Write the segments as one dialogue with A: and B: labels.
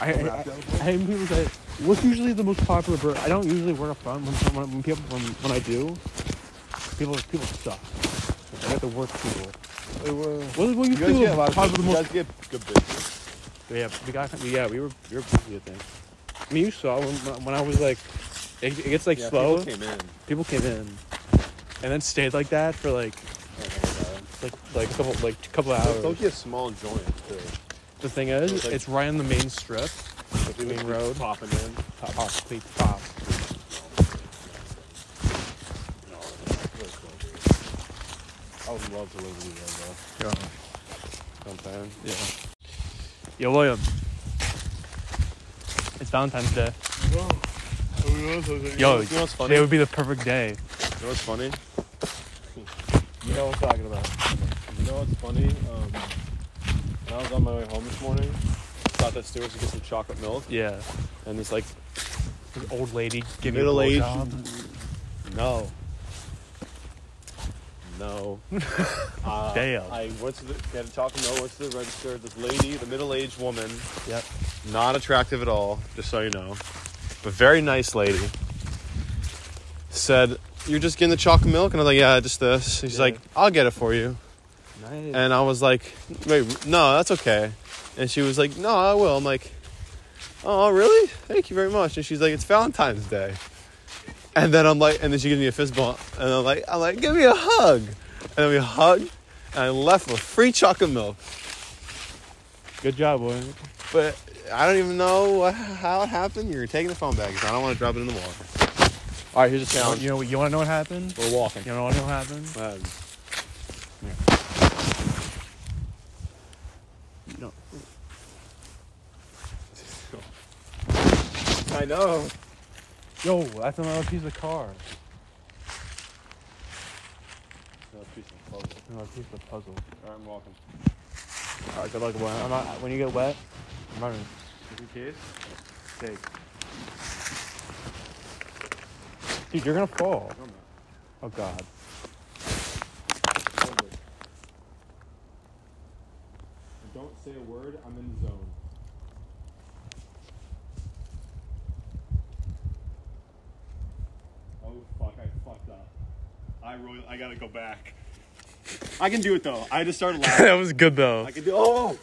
A: I, I, I, and he was like, "What's usually the most popular bird?" I don't usually wear a front when, when, when people when, when I do. People people suck. I got the worst people.
B: They were.
A: What what
B: You
A: you
B: guys
A: feel
B: get a lot
A: about
B: of
A: the
B: You
A: most?
B: guys get good bitches.
A: Yeah, we got yeah we were we were busy I think. I mean you saw when, when I was like, it, it gets like
B: Yeah,
A: slow.
B: people came in.
A: people came in and then stayed like that for like like like a couple like a couple hours.
B: Don't get small joint too.
A: The thing is,
B: It's
A: it's,
B: like-
A: right on the main strip,
B: The
A: main road.
B: popping in.
A: top, top, complete top.
B: I would love to live in the
A: Yeah.
B: though. Sometime.
A: yeah. Yo, William. It's Valentine's Day. Yo,
B: you know what's funny?
A: today would be the perfect day.
B: You know what's funny? Um, You know what I'm talking about. You know what's funny? Um, when I was on my way home this morning, stopped at Stewart's to get some chocolate milk,
A: Yeah.
B: and this like
A: An old lady giving you a
B: middle-aged
A: blowjob.
B: no, no. uh,
A: Damn.
B: I went to the got a chocolate milk. Went to the register. This lady, the middle-aged woman,
A: Yep.
B: not attractive at all, just so you know, but very nice lady, said. You're just getting the chocolate milk, and I was like, "Yeah, just this." She's
A: Yeah.
B: like, "I'll get it for you."
A: Nice.
B: And I was like, wait, no, that's okay. And she was like, no, I will. I'm like, oh, really? Thank you very much. And she's like, it's Valentine's Day. And then I'm like, and then she gives me a fist bump. And I'm like, I'm like, give me a hug. And then we hugged. And I left with free chocolate milk.
A: Good job, boy.
B: But I don't even know what, how it happened. You're taking the phone back 'cause I don't want to drop it in the water. All right, here's a challenge.
A: You know, you want to know what happened?
B: We're walking.
A: You know what happened?
B: Uh,
A: No.
B: I know.
A: Yo, that's another piece of car. Another piece of puzzle.
B: All right, I'm walking.
A: All right, good luck, boy. I'm not, when you get wet, I'm running.
B: Just in case.
A: Take. Dude, you're gonna fall.
B: I'm not.
A: Oh God.
B: Don't say a word. I'm in the zone. Oh fuck! I fucked up. I really. I gotta go back. I can do it though. I just started laughing.
A: that was good though.
B: I can do. Oh.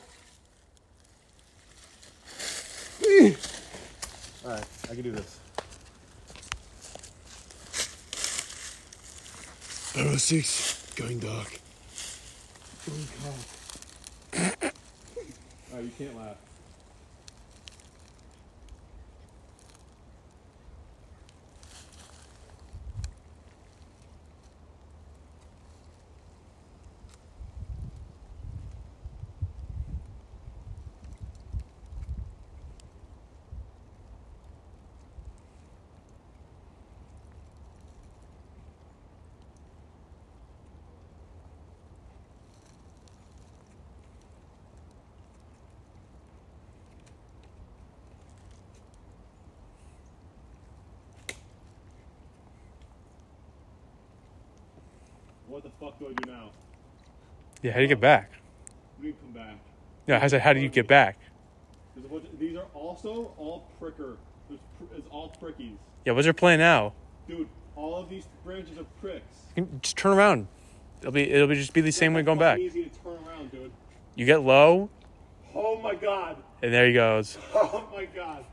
B: All right, I can do this. Barrel six, going dark. Oh god. All right, you can't laugh. What the fuck do I do now?
A: yeah, how do you get back?
B: We need to come back.
A: Yeah, I said, how do you get back?
B: There's a bunch of, these are also all pricker. There's pr- it's all prickies.
A: Yeah, what's your plan now?
B: Dude, all of these branches are pricks.
A: You can just turn around. It'll be it'll be just be the same way going back.
B: Easy to turn around, dude.
A: You get low,
B: Oh my god.
A: and there he goes.
B: Oh my god.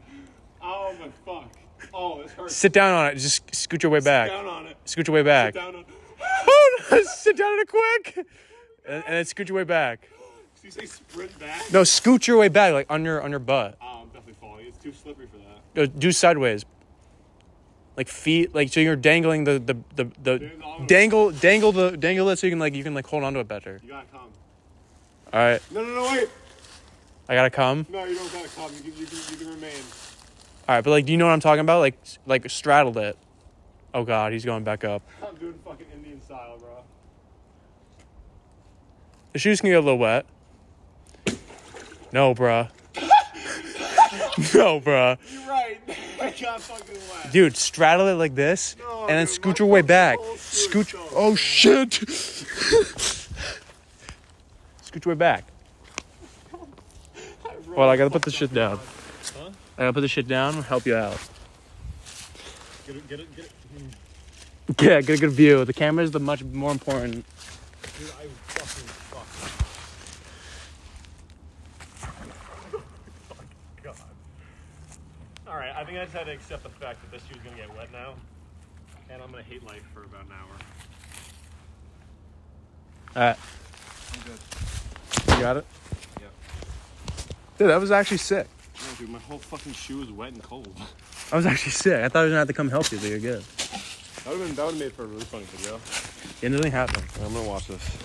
B: Oh my fuck. Oh, this hurts.
A: Sit down on it. Just scoot your way back.
B: Down on it.
A: Scoot your way back.
B: Down on it.
A: Oh, no, sit down on it quick, and, and then scoot your way back.
B: Did you say sprint back?
A: No, scoot your way back, like on your on your butt.
B: Oh, I'm definitely falling. It's too slippery for that.
A: Go- do sideways. Like feet, like so you're dangling the the the, the
B: Dangle.
A: dangle dangle the dangle it so you can like you can like hold onto it better.
B: You gotta come.
A: All right,
B: No, no, no, wait.
A: I gotta come.
B: No, you don't gotta come. You can, you can, you can remain.
A: All right, but like, do you know what I'm talking about? Like s- like straddled it. Oh God, he's going back up.
B: I'm doing fucking Indian style, bro.
A: The shoes can get a little wet. No, bruh. no, bruh.
B: You're right. I got fucking wet.
A: Dude, straddle it like this,
B: No,
A: and then
B: dude,
A: scoot
B: my
A: your way
B: fucking
A: back.
B: whole shoe
A: Scoot.
B: itself.
A: Oh shit. scoot your way back. Well, I gotta put this shit down.
B: Huh?
A: I gotta put this shit down. Help you out.
B: Get it, get it, get it.
A: Yeah, get a good view. The camera is the much more important.
B: Dude, I fucking fuck.
C: God. All right, I think I just had to accept the fact that this shoe's gonna get wet now, and I'm gonna hate life for about an hour.
A: Alright.
C: I'm good.
B: You got it?
C: Yeah.
A: Dude, that was actually sick.
C: No, dude, my whole fucking shoe is wet and cold. That
A: I was actually sick. I thought I was gonna have to come help you, but you're good.
B: That would have been, that would have made for a really funny video.
A: It doesn't happen.
B: I'm gonna watch this.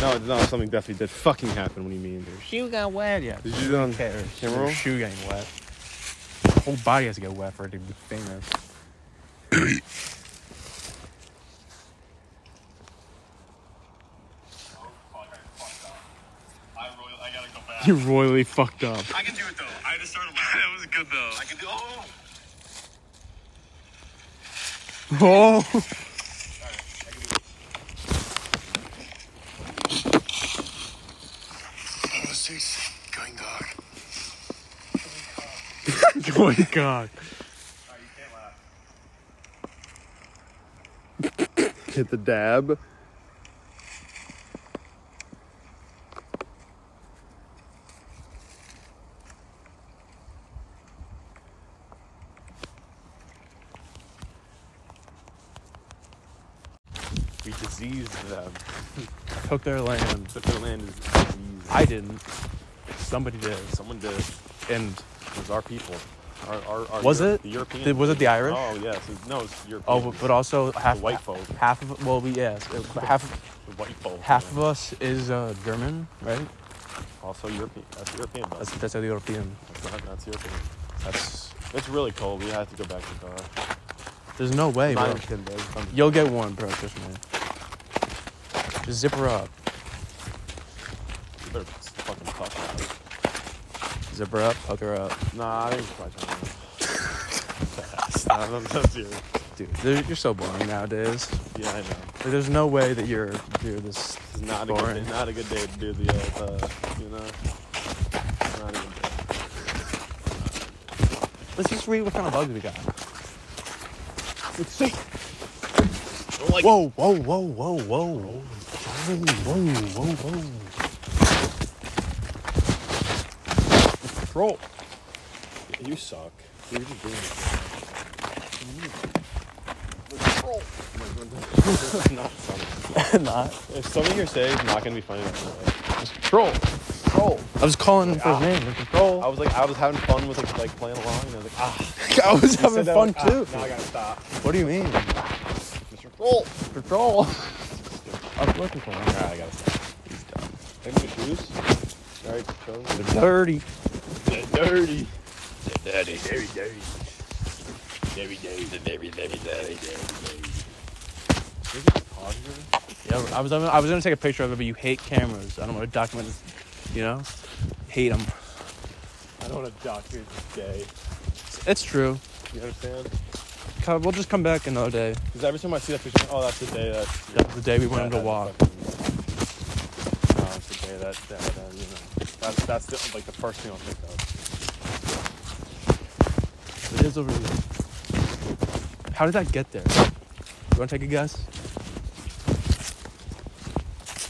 B: No, it's not something definitely did fucking happen. What do you mean, dude?
A: Shoe got wet, yeah.
B: Did you do that on
A: cares?
B: camera roll?
A: Shoe getting wet. Whole body has to get wet for it to be famous.
C: was probably very fucked up. I really, I gotta go back.
A: You royally fucked up.
C: I can do it though. I just started laughing. that was good though. I can do. Oh.
A: Oh.
C: Oh, six. Going dog.
A: Oh my god.
C: Alright, you can't laugh.
B: Hit the dab. We diseased them.
A: Took their land.
B: But their land is diseased.
A: I didn't. Somebody did.
B: Someone did. It
A: And
B: was our people. Our, our, our
A: Was
B: Euro-
A: it?
B: The European.
A: Did- was it the Irish?
B: Oh, yes. It- no, it's European.
A: oh, but also half
B: white folk.
A: Half of well, we yes, half
B: The white folk.
A: half of us is uh, German, right?
B: Also European. That's European. That's,
A: That's that's the European.
B: that's not, that's European.
A: That's
B: It's really cold. We have to go back to the car.
A: there's no way,
B: Not
A: bro.
B: even 10 days. I'm-
A: You'll get one, bro. Trust me. Just zip her up,
B: you better fucking talk about it.
A: zip her up, hook her up,
B: Nah, I think it's my turn. That's- I'm- that's serious.
A: dude. there- You're so boring nowadays.
B: Yeah, I know.
A: Like, there's no way that you're you're this.
B: This is not a good
A: boring.
B: day. Not a good day to do the, uh, the you know. Not a good day.
A: Let's just read what kind of bugs we got.
B: Don't like
A: Whoa, whoa, whoa, whoa, whoa, whoa, whoa, whoa, whoa.
B: troll. You suck. You're just doing it. Troll. not funny.
A: Not.
B: If something you're saying is not gonna be funny, that's not it.
A: Troll. Troll. I was calling him for his
B: Ah.
A: name. Mr. Troll.
B: I was like, I was having fun with like, like playing along, and I was like, ah,
A: I was
B: You said that, like, ah, now I gotta stop.
A: What do you mean?
B: Mr. Troll.
A: Patrol. I was looking for him.
B: Alright, I gotta stop.
A: He's done.
B: Take my shoes. Alright, Troll.
A: Dirty.
B: They're dirty.
D: They're dirty, very dirty. Very dirty, very, very, very dirty.
B: Is it positive?
A: Yeah, I was. I was gonna take a picture of it, but you hate cameras. I don't want to document this. You know, hate them.
B: I don't wanna document this day.
A: It's true.
B: You understand?
A: Come- We'll just come back another day.
B: Because every time I see that picture, oh, that's the day that.
A: That's the day we went on
B: that-
A: to walk.
B: fucking- No, it's the day that, that uh, you know, that's that's the, like the first thing I'll think of.
A: It is over here. How did that get there? You want to take a guess?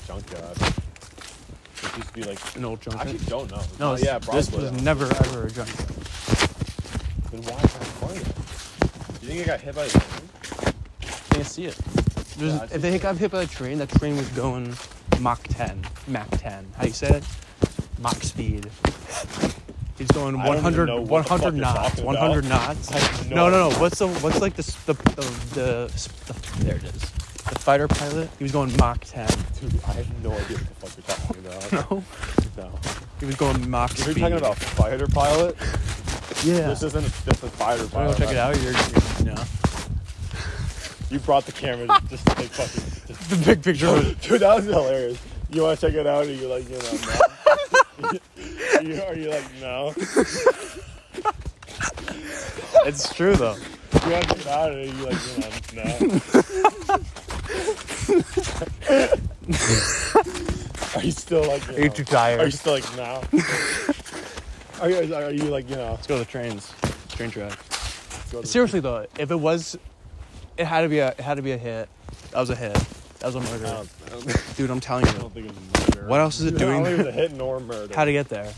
B: Junkyard. It used to be like.
A: An old
B: I actually
A: junkyard.
B: don't know.
A: No,
B: Oh,
A: this-
B: yeah, probably.
A: this was never ever a junkyard.
B: Then why is that funny? Do you think it got hit by a train?
A: Can't see it. There's,
B: Yeah, I
A: if they got hit by a train, that train was going Mach 10, Mach 10. How you say it? Mach speed. He's going
B: I don't even
A: 100,
B: know what the fuck
A: 100
B: you're
A: knots.
B: talking
A: 100
B: about.
A: knots.
B: I have
A: No,
B: no
A: no, no. What's the what's like the s- the the, the, s- the there it is. The fighter pilot. He was going Mach 10.
B: Dude, I have no idea what the fuck you're talking about.
A: No,
B: No.
A: he was going Mach
B: If
A: speed.
B: you're talking about fighter pilot,
A: yeah.
B: this isn't just a fighter
A: Wanna
B: pilot.
A: go check it out? You're, you're no.
B: You brought the camera to just like fucking. Just,
A: The big picture. was-
B: dude, that was hilarious. You want to check it out, or you like, you know, no? you, are you like, no?
A: it's true though.
B: You want to check it out, or you like, you know, no? are you still like, you
A: Are you
B: know,
A: too
B: Are you
A: tired?
B: still like, no?
E: Are you, are you like, you know,
A: Let's go to the trains, train track.
E: go to-
A: Seriously though, if it was, it had to be a it had to be a hit. That was a hit. That was a murder,
E: I don't, I don't-
A: dude. I'm telling
E: I
A: you.
E: don't think it was a murder.
A: What else is it
E: I
A: doing
E: don't think it
A: there?
E: was a hit nor murder.
A: How to get there?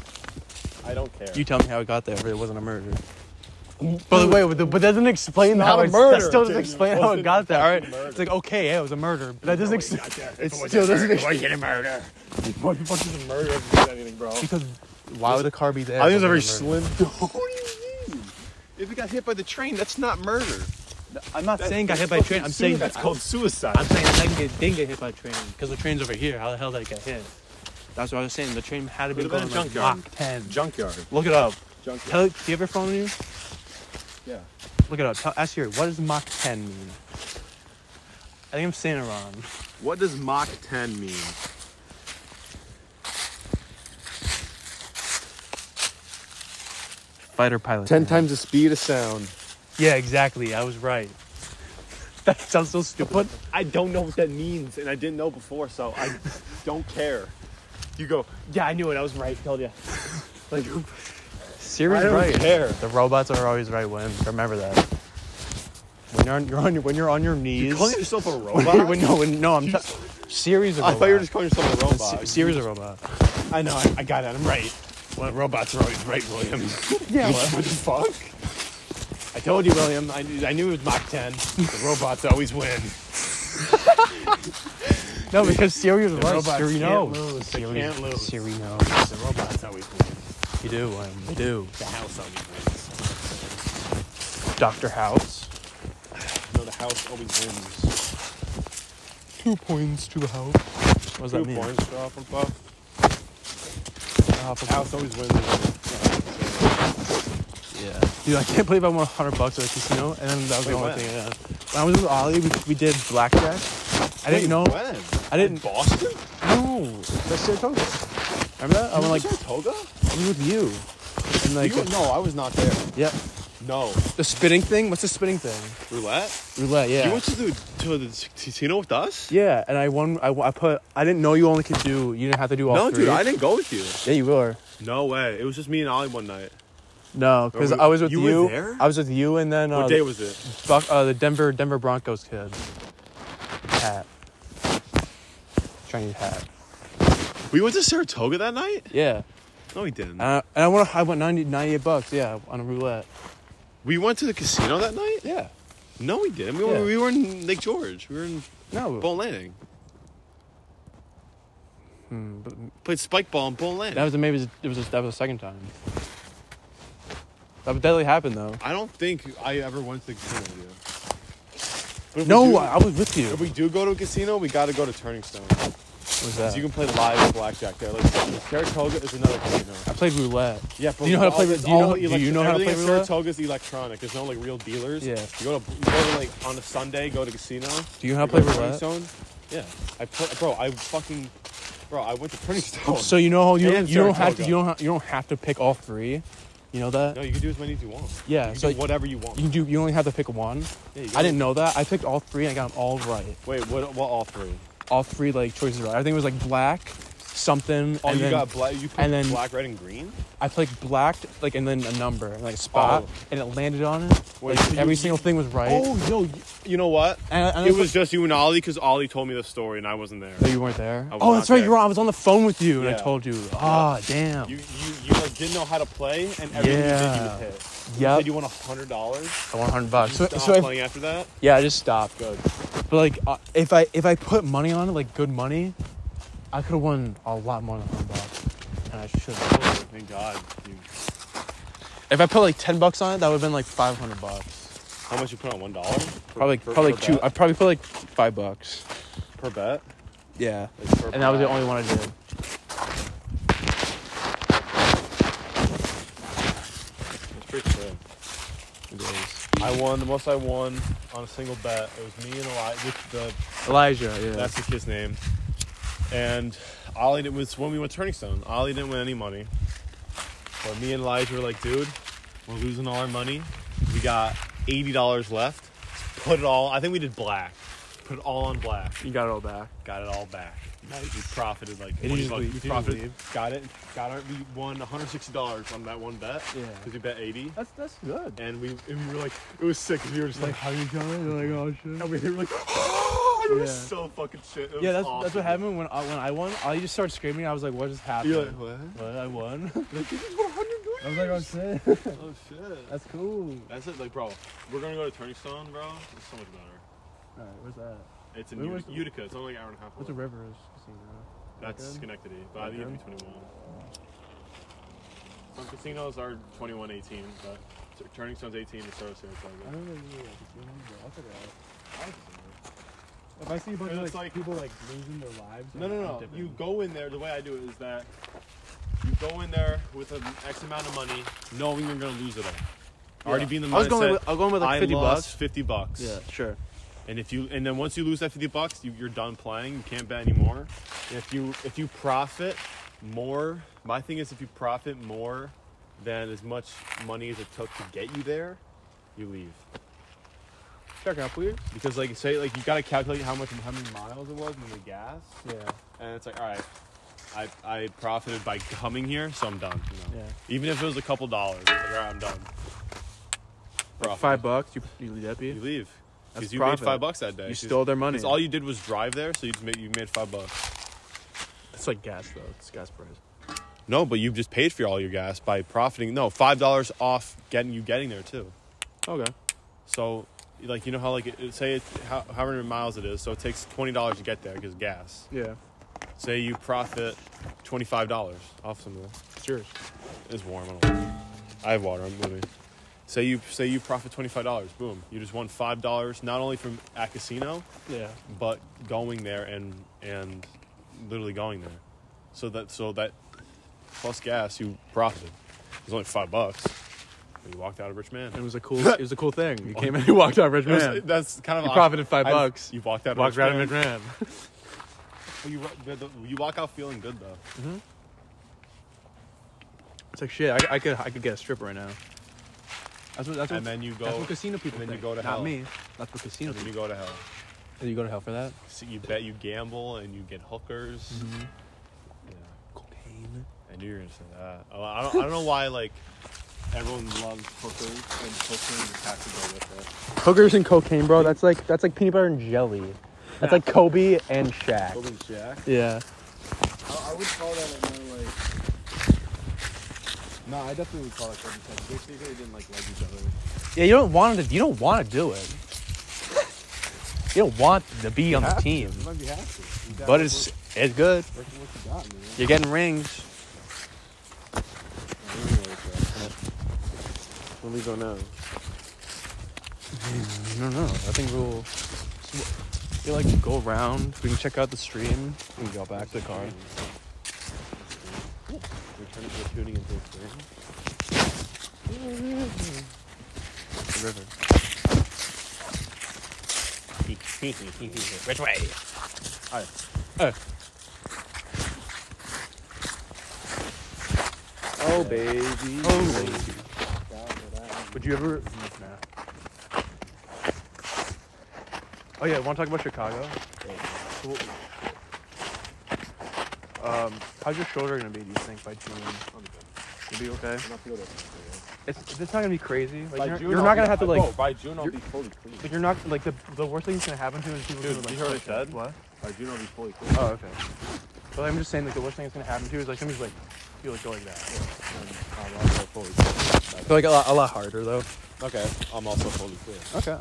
E: I don't care.
A: You tell me how it got there. If it wasn't a murder. By the way, but, the, but that doesn't explain
E: not
A: how
E: a
A: it,
E: murder,
A: That still doesn't
E: dude.
A: explain
E: It
A: how
E: wasn't
A: it got there. All right,
E: fucking murder.
A: it's like okay, yeah, it was a murder. But that doesn't explain
E: it
B: was
E: still
B: a
E: doesn't.
B: murder. It wasn't a murder.
E: What the fuck is a murder? if it's anything, bro.
A: because why would a car be there?
E: I think it's a very
A: if it wasn't
E: slim. What do you mean? If it got hit by the train, that's not murder.
A: a murder? I'm not saying got hit by a train. I'm saying
E: that's
A: I'm-
E: called suicide.
A: I'm saying I didn't get, didn't get hit by a train because the train's over here. How the hell did it get hit? That's what I was saying. The train had to be
E: Could've been
A: going
E: a
A: like
E: junkyard.
A: Mach 10.
E: junkyard.
A: Look it up.
E: Junkyard.
A: Tell, do you have your phone on you?
E: yeah.
A: Look it up. Tell, ask Siri, what does Mach 10 mean? I think I'm saying it wrong.
E: What does Mach 10 mean?
A: Fighter pilot.
E: the speed of sound.
A: Yeah, exactly. I was right. that sounds so stupid.
E: I don't know what that means, and I didn't know before, so I don't care. You go, yeah, I knew it. I was right. Told you. Like,
A: Siri's
E: I don't
A: right.
E: care.
A: The robots are always right, When Remember that. When you're on, you're on your when you're on your knees.
E: you calling yourself a
A: when,
E: robot?
A: you're- when, no, when, no, I'm t- Siri's a
E: I
A: robot.
E: thought you were just calling yourself a robot.
A: Se- Siri's a robot.
E: I know. I, I got it. I'm right.
B: Well, robots are always right, William.
A: Yeah.
E: What the fuck?
B: I told you, William. I, knew- I knew it was Mach 10. The robots always win.
A: No, because Siri was right.
B: robots
A: Siri
B: can't
A: knows.
B: lose. They
A: Siri,
B: can't lose.
A: Siri knows.
B: The robots always win.
A: You do. William. You do.
B: The house always wins.
A: Doctor House.
E: No, the house always wins.
A: Two points to the house. What does
E: Two
A: that mean?
E: points for Huff and Puff.
A: Oh, for-
E: House always wins.
A: Yeah. Dude, I can't believe I won 100 bucks at a casino, and then that was the
E: Wait,
A: only
E: when?
A: thing. Yeah. When I was with Ollie, we, we did blackjack. I didn't know.
E: When?
A: I didn't.
E: Boston?
A: No. That's Saratoga. Remember that? I went like
E: Saratoga?
A: I was with you. And like,
E: You- no, I was not there.
A: yeah.
E: No.
A: The spinning thing. What's the spinning thing?
E: Roulette?
A: Roulette. Yeah.
E: You went to the, to the casino with us?
A: yeah, and I won. I, I put. I didn't know you only could do. You didn't have to do all
E: No,
A: three.
E: dude, I didn't go with you.
A: Yeah, you were.
E: No way. It was just me and Ollie one night.
A: No, because
E: Were we-
A: I was with
E: you
A: you.
E: were there?
A: I was with you, and then uh,
E: what day was it?
A: Buck, uh, the Denver Denver Broncos kid, hat, Chinese hat.
E: We went to Saratoga that night?
A: Yeah,
E: No, we didn't.
A: and I, and I won. I won 90, 98 bucks. Yeah, on a roulette.
E: we went to the casino that night?
A: Yeah.
E: No, we didn't. We,
A: Yeah.
E: were, we were in Lake George. We were in
A: No.
E: Bone Landing.
A: Hmm, but
E: Played spike ball in Bone Landing.
A: that was maybe it was, it was just- that was the second time. That definitely happened though.
E: I don't think I ever went to the casino with you. But if we
A: No,
E: do-
A: I I was with you.
E: If we do go to a casino, we got to go to Turning Stone.
A: What was
E: 'Cause
A: that?
E: You can play live blackjack there. Like Saratoga is another casino.
A: I played roulette.
E: Yeah, but
A: Do you know how to play-
E: it's
A: do you know-
E: all
A: do you know how to
E: everything
A: play
E: in
A: roulette?
E: Saratoga's electronic. There's no like real dealers.
A: Yeah.
E: You go to, you go to like on a Sunday, go to casino.
A: Do you know how to
E: go
A: play
E: Turning
A: roulette?
E: Stone. Yeah. I pl- bro, I fucking bro, I went to Turning Stone.
A: So you know how you
E: Oh. And
A: you don't have to
E: Saratoga.
A: you don't have, you don't have to pick all three. You know that?
E: no, you can do as many as you want.
A: Yeah,
E: You
A: so-
E: can do whatever you want.
A: You do. You only have to pick one.
E: Yeah, you
A: I
E: gotta-
A: didn't know that. I picked all three and I got them all right.
E: Wait, what? What all three?
A: All three like choices right. I think it was like black, something.
E: Oh,
A: and
E: you
A: then
E: got black. You picked
A: and then-
E: black, red, and green.
A: I picked black, like and then a number, and like a spot,
E: Oh.
A: and it landed on it.
E: Wait,
A: like
E: so you-
A: every single thing was right.
E: Oh no! y- You know what?
A: And- and
E: it
A: it's
E: was just you and Ollie because Ollie told me the story and I wasn't there.
A: No, you weren't there.
E: I was
A: Oh, that's
E: not
A: right.
E: there.
A: You're on. I was on the phone with you, and
E: Yeah.
A: I told you. Ah, damn.
E: You you you like didn't know how to play and everything
A: Yeah.
E: you did you was hit. You
A: yep.
E: said you won a hundred dollars.
A: I won 100 bucks. So,
E: Stop
A: so if-
E: playing after that.
A: yeah, I just stopped.
E: Good.
A: But like, uh, if I if I put money on it, like good money, I could have won a lot more than 100 bucks, and I should. have
E: Oh, thank God. You,
A: If I put like ten bucks on it, that would have been like five hundred bucks.
E: how much you put on one dollar?
A: Probably, probably two. I
E: bet,
A: probably put like five bucks.
E: per bet.
A: Yeah.
E: Like, per
A: And that was the
E: bet.
A: only one I did.
E: It's pretty sick. I won the most I won on a single bet. It was me and Eli with the
A: Elijah. Yeah.
E: That's the kid's name. And Ollie didn't, was when we went Turning Stone. Ollie didn't win any money. But me and Elijah were like, dude, we're losing all our money. We got eighty dollars left. Put it all. I think we did black. Put it all on black.
A: you got it all back.
E: Got it all back. night. We profited like
B: It
E: 20
B: is
E: bucks.
B: leave.
E: We
B: It is
E: profited.
B: leave.
E: Got it. Got it. We won 160 dollars on that one bet.
A: Yeah.
E: Because we bet 80,
B: That's that's good.
E: and we and we were like, it was sick. 'cause We were just like,
B: how you going? They're like, oh shit.
E: and we were like, oh, it was
B: Yeah.
E: so fucking shit. It was
A: Yeah, that's,
E: awesome.
A: that's what happened when I, when I won. I just started screaming. I was like, what just happened?
E: You're like, what?
A: What? I won.
E: Like, this is 100
B: I was like, oh shit.
E: Oh shit.
B: That's cool.
E: That's it, like, bro. We're gonna go to Turning Stone, bro. It's so much better.
B: Alright, where's that?
E: It's in
B: Where
E: Utica.
B: was-
E: Utica. It's only like an hour and a half.
B: What's
E: away.
B: a river is casino?
E: That's
B: good?
E: Schenectady, but I think it'd be 21. Some casinos are 21, 18, but t- Turning Stone's 18 and Service Area is like
B: I
A: Oh,
E: it.
B: don't know. Yeah, casino, but I'll check it out. If I see a bunch
E: And
B: of
E: it's
B: like,
E: like-
B: people like losing their lives,
E: No,
B: I'm- I'm
E: no, no.
B: dipping.
E: You go in there. The way I do it is that you go in there with an X amount of money, knowing you're gonna lose it all. Already being the mindset.
A: I was going with, I was going with like
E: I
A: 50
E: lost
A: bucks.
E: 50 bucks.
A: Yeah, sure.
E: And if you and then once you lose that fifty bucks, you, you're done playing. You can't bet anymore. And if you if you profit more, my thing is if you profit more than as much money as it took to get you there, you leave.
A: Check out weird.
E: Because like say like you gotta calculate how much how many miles it was and the gas,
A: Yeah.
E: and it's like all right, I I profited by coming here, so I'm done. you know?
A: Yeah.
E: Even if it was a couple dollars, it's like, all right, I'm done. Profit.
A: Five bucks. You you leave that be?
E: You leave because
A: That's
E: you
A: profit.
E: made five bucks that day.
A: You
E: 'Cause-
A: stole their money.
E: because all you did was drive there, so you just made you made five bucks.
A: It's like gas though. It's gas price.
E: No, but you've just paid for all your gas by profiting. No, five dollars off getting you getting there too.
A: Okay.
E: So, like you know how like it, it- say it's how, however many miles it is, so it takes twenty dollars to get there because gas.
A: Yeah.
E: Say you profit twenty five dollars off some of this.
A: It's yours.
E: It's warm. I, don't know. I have water. I'm moving. Say you say you profit twenty five dollars. Boom! You just won five dollars not only from at casino
A: Yeah.
E: but going there and and literally going there. So that so that plus gas you profited. It was only five bucks. And you walked out a rich man.
A: And it was a cool. it was a cool thing. You came in. You walked out rich
E: It was-
A: man.
E: that's kind of
A: You profited five
E: I-
A: bucks.
E: You walked out.
A: Walked
E: a
A: right
E: rich
A: out
E: man.
A: of McGram.
E: But you, ru- but the- you walk out feeling good though.
A: It's like shit. I, I could I could get a strip right now. That's what. That's what.
E: And then you go.
A: that's what casino people
E: and then
A: think.
E: you go to
A: Not
E: hell.
A: me. That's what casino
E: and then you
A: people.
E: go to hell.
A: Did you go to hell for that?
E: So you bet you gamble and you get hookers.
D: Mm-hmm.
E: Yeah.
A: Cocaine.
E: I knew you were gonna say that. Oh, I don't, I don't know why like everyone loves hookers and hookers and taxes go with
B: Hookers and cocaine, bro. That's like that's like peanut butter and jelly. That's like Kobe and Shaq.
E: it. Jack.
B: Yeah.
D: I, I would call that like more like. No, I definitely would call it Kobe Type. They say they didn't like like each other.
A: Yeah. You don't want to. You don't want to do it. You don't want to be on the team,
D: You might be happy. You got
A: but it's it's good.
D: Work with what you got, man.
A: You're getting rings.
D: Anyway, so-
A: Where we go now? I don't know. I think we'll. We like go around. We can check out the stream. We can go back to the car.
E: We're turning, we're tuning into experience.
A: The river.
E: Which way? Alright.
A: Uh.
E: Oh baby.
A: Would you ever? Nah. Oh yeah, want to talk about Chicago?
E: Oh,
A: Cool. Um, how's your shoulder gonna be? Do you think by June? It'll be okay.
D: I'm not feeling it.
A: It's, it's not gonna be crazy. Like
E: By
A: you're,
E: June
A: you're
E: I'll
A: not
E: be-
A: gonna have to like.
E: Bro, by June I'll
A: you're-
E: be fully clean.
A: Like you're not like the the worst thing that's gonna happen to you is people
E: Dude,
A: gonna,
E: you
A: like,
E: heard
A: push
E: what I
A: it.
E: said?
A: What?
E: By June I'll be fully clean.
D: Uh,
A: Oh okay. But I'm just saying like the worst thing that's gonna happen to you is like somebody's like feel like going that.
E: I'm also fully clean.
A: But like a lot a lot harder though.
E: Okay. I'm also fully clean.
A: Okay.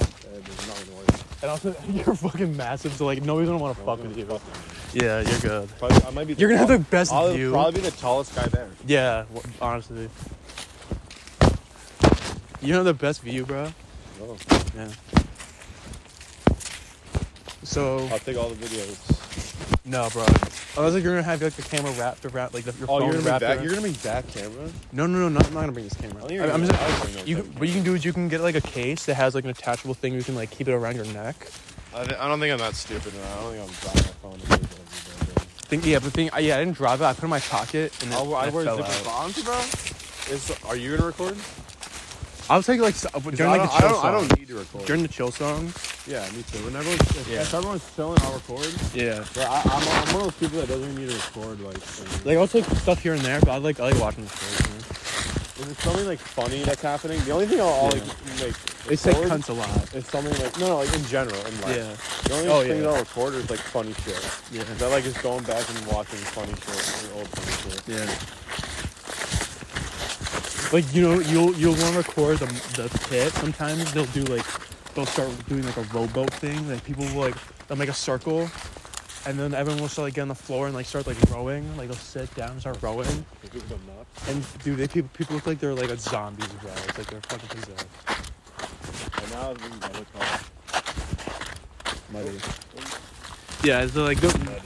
E: Uh, there's not gonna worry.
A: And also you're fucking massive, so like nobody's gonna want to
E: No
A: fuck
E: one's
A: with
E: gonna
A: you.
E: fuck with me.
A: Yeah, you're good.
E: Probably- I might be the
A: You're gonna have the
E: tall-
A: best
E: I'll
A: view.
E: probably be the tallest guy there.
A: Yeah, w- honestly. You know the best view, bro.
E: Oh.
A: Yeah. So
E: I'll take all the videos.
A: no, bro. Unless like, you're gonna have like the camera wrapped around, like the, your
E: Oh,
A: phone
E: you're gonna
A: wrapped
E: be back.
A: around.
E: You're gonna be back camera.
A: No, no, no, not, I'm not gonna bring this camera.
E: I
A: I
E: think you're
A: am
E: gonna- Oh,
A: just,
E: I don't know
A: you,
E: if
A: what you can do is you can get like a case that has like an attachable thing you can like keep it around your neck.
E: I, th- I don't think I'm that stupid. Man. I don't think I'm dropping my phone. and doing everything, but-
A: Think yeah, but the thing yeah, I didn't drive it. I put it in my pocket and it,
E: I'll, Oh, I
A: and it
E: wear
A: fell
E: zipper
A: out.
E: bottoms, bro. Is, are you gonna record?
A: I'll take like so- during
E: I,
A: like
E: don't,
A: the
E: I,
A: chill
E: don't, I
A: song.
E: don't need to record.
A: during the chill song.
E: yeah, me too. When everyone's, if,
A: Yeah.
E: if everyone's chilling, I'll record.
A: Yeah.
E: But I, I'm, I'm one of those people that doesn't even need to record. Like, things.
A: Like I'll take stuff here and there, but I like I like watching the shows. You know?
E: if it's something like funny that's happening, the only thing I'll, I'll like, like
A: They say
E: record
A: cunts a lot.
E: is something like no, no, like in general in life.
A: Yeah.
E: The only
A: Oh,
E: thing
A: yeah.
E: that I'll record is like funny shit.
A: Yeah.
E: Is that like just going back and watching funny shit, like, old funny shit.
A: Yeah. Like you know, you'll you'll want to record the the pit. Sometimes they'll do like they'll start doing like a rowboat thing. Like people will like they'll make a circle, and then everyone will start like get on the floor and like start like rowing. Like they'll sit down and start rowing. And dude, they people people look like they're like a zombies, bro. It's like they're fucking possessed.
E: And now it's in the hotel. Muddy.
A: Yeah, so like they'll-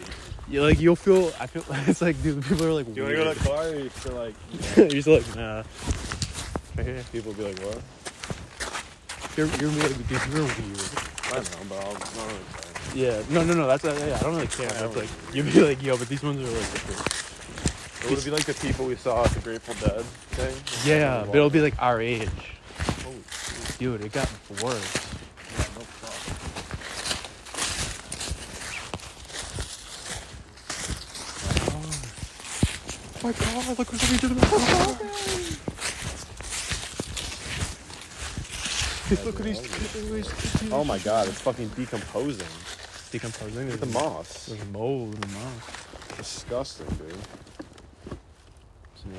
A: you like you'll feel I feel it's like dude, people are like
E: Do you want to go to the car or you feel like
A: You're just like nah. You're
E: people be like, what?
A: you're weird. Dude, you're weird.
E: I don't know, but I'll not really care.
A: Yeah, no, no, no. That's uh, yeah. I don't really care.
E: I
A: That's
E: don't
A: like you'd be like, yo, but these ones are like. different.
E: It would be like the people we saw at the Grateful Dead thing.
A: Yeah, but it'll be like our age,
E: Holy shit,
A: dude. It got worse.
E: yeah, no problem.
A: Oh my god! Look what somebody did to my car. look at these. Look at these.
E: Oh my god, it's fucking decomposing.
A: Decomposing.
E: Look at the moss.
A: There's mold in the mouth.
E: Disgusting, dude.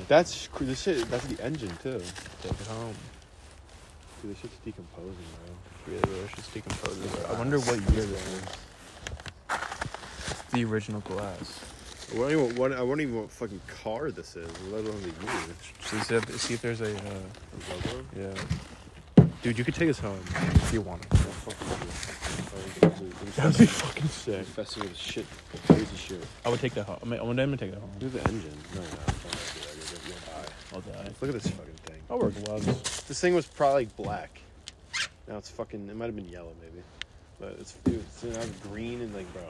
E: That's cr- this shit. That's the engine too.
A: Take it home.
E: Dude, this shit's decomposing, bro.
A: Really wish it's decomposing. I wonder what year this is. The original glass.
E: I wonder even what I wonder even what fucking car this is, let alone the year.
A: See, see if- see if there's a. Uh,
E: The logo?
A: yeah. Dude, you could take us home if you want.
E: Oh, fuck you.
A: That would be fucking sick.
E: Festival of shit, crazy shit.
A: I would take that home. I mean, one day I'm gonna take that home.
E: Do the engine. No, no, don't do that. You'll- you'll die.
A: I'll die.
E: Look at this fucking thing.
A: I'll wear gloves.
E: Oh, This thing was probably like, black. Now it's fucking. It might have been yellow, maybe. But it's dude, it's now green and like, bro.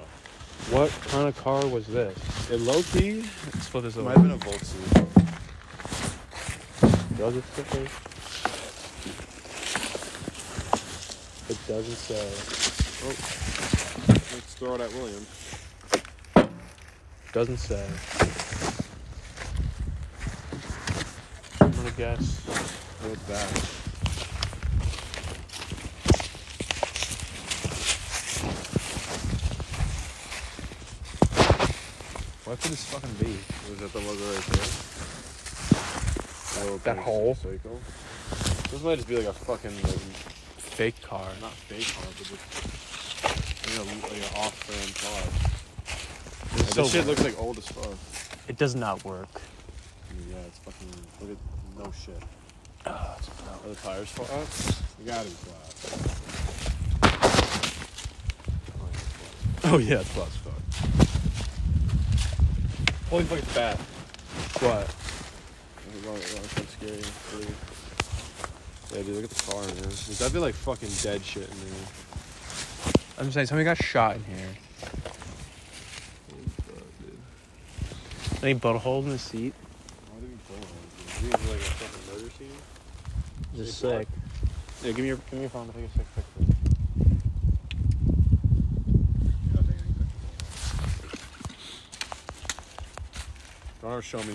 A: What kind of car was this?
E: It low key
A: Let's flip this
E: It
A: over.
E: might have been a Volkswagen.
A: Does it fit there? It doesn't say.
E: Let's throw it at William.
A: Doesn't say. I'm gonna guess.
E: Oh, it's bad. What could this fucking be? Was that the logo right there? Oh,
A: That
E: there's
A: hole?
E: a circle. This might just be like a fucking like,
A: Fake car.
E: not fake car, but just like, a, like an off-brand car. Like,
A: so
E: this
A: weird.
E: shit looks like old as fuck.
F: It does not work.
E: I mean, yeah, it's fucking. Look at no shit. Oh, Are the tires flat? They gotta be flat.
A: Oh yeah, it's plus fuck.
E: Holy fuck, it's fat.
A: What?
E: Wow, wow, it's so scary. Really. Yeah, dude, look at the car, man. Dude, that'd be like fucking dead shit in there.
A: I'm saying somebody got shot in here.
F: And he put a hole in the seat.
E: Why did we blow it? Dude, like a fucking murder scene?
F: Just
E: Hey,
F: sick.
E: Yeah, give me your, give me your phone. Take a sick picture. Don't ever show me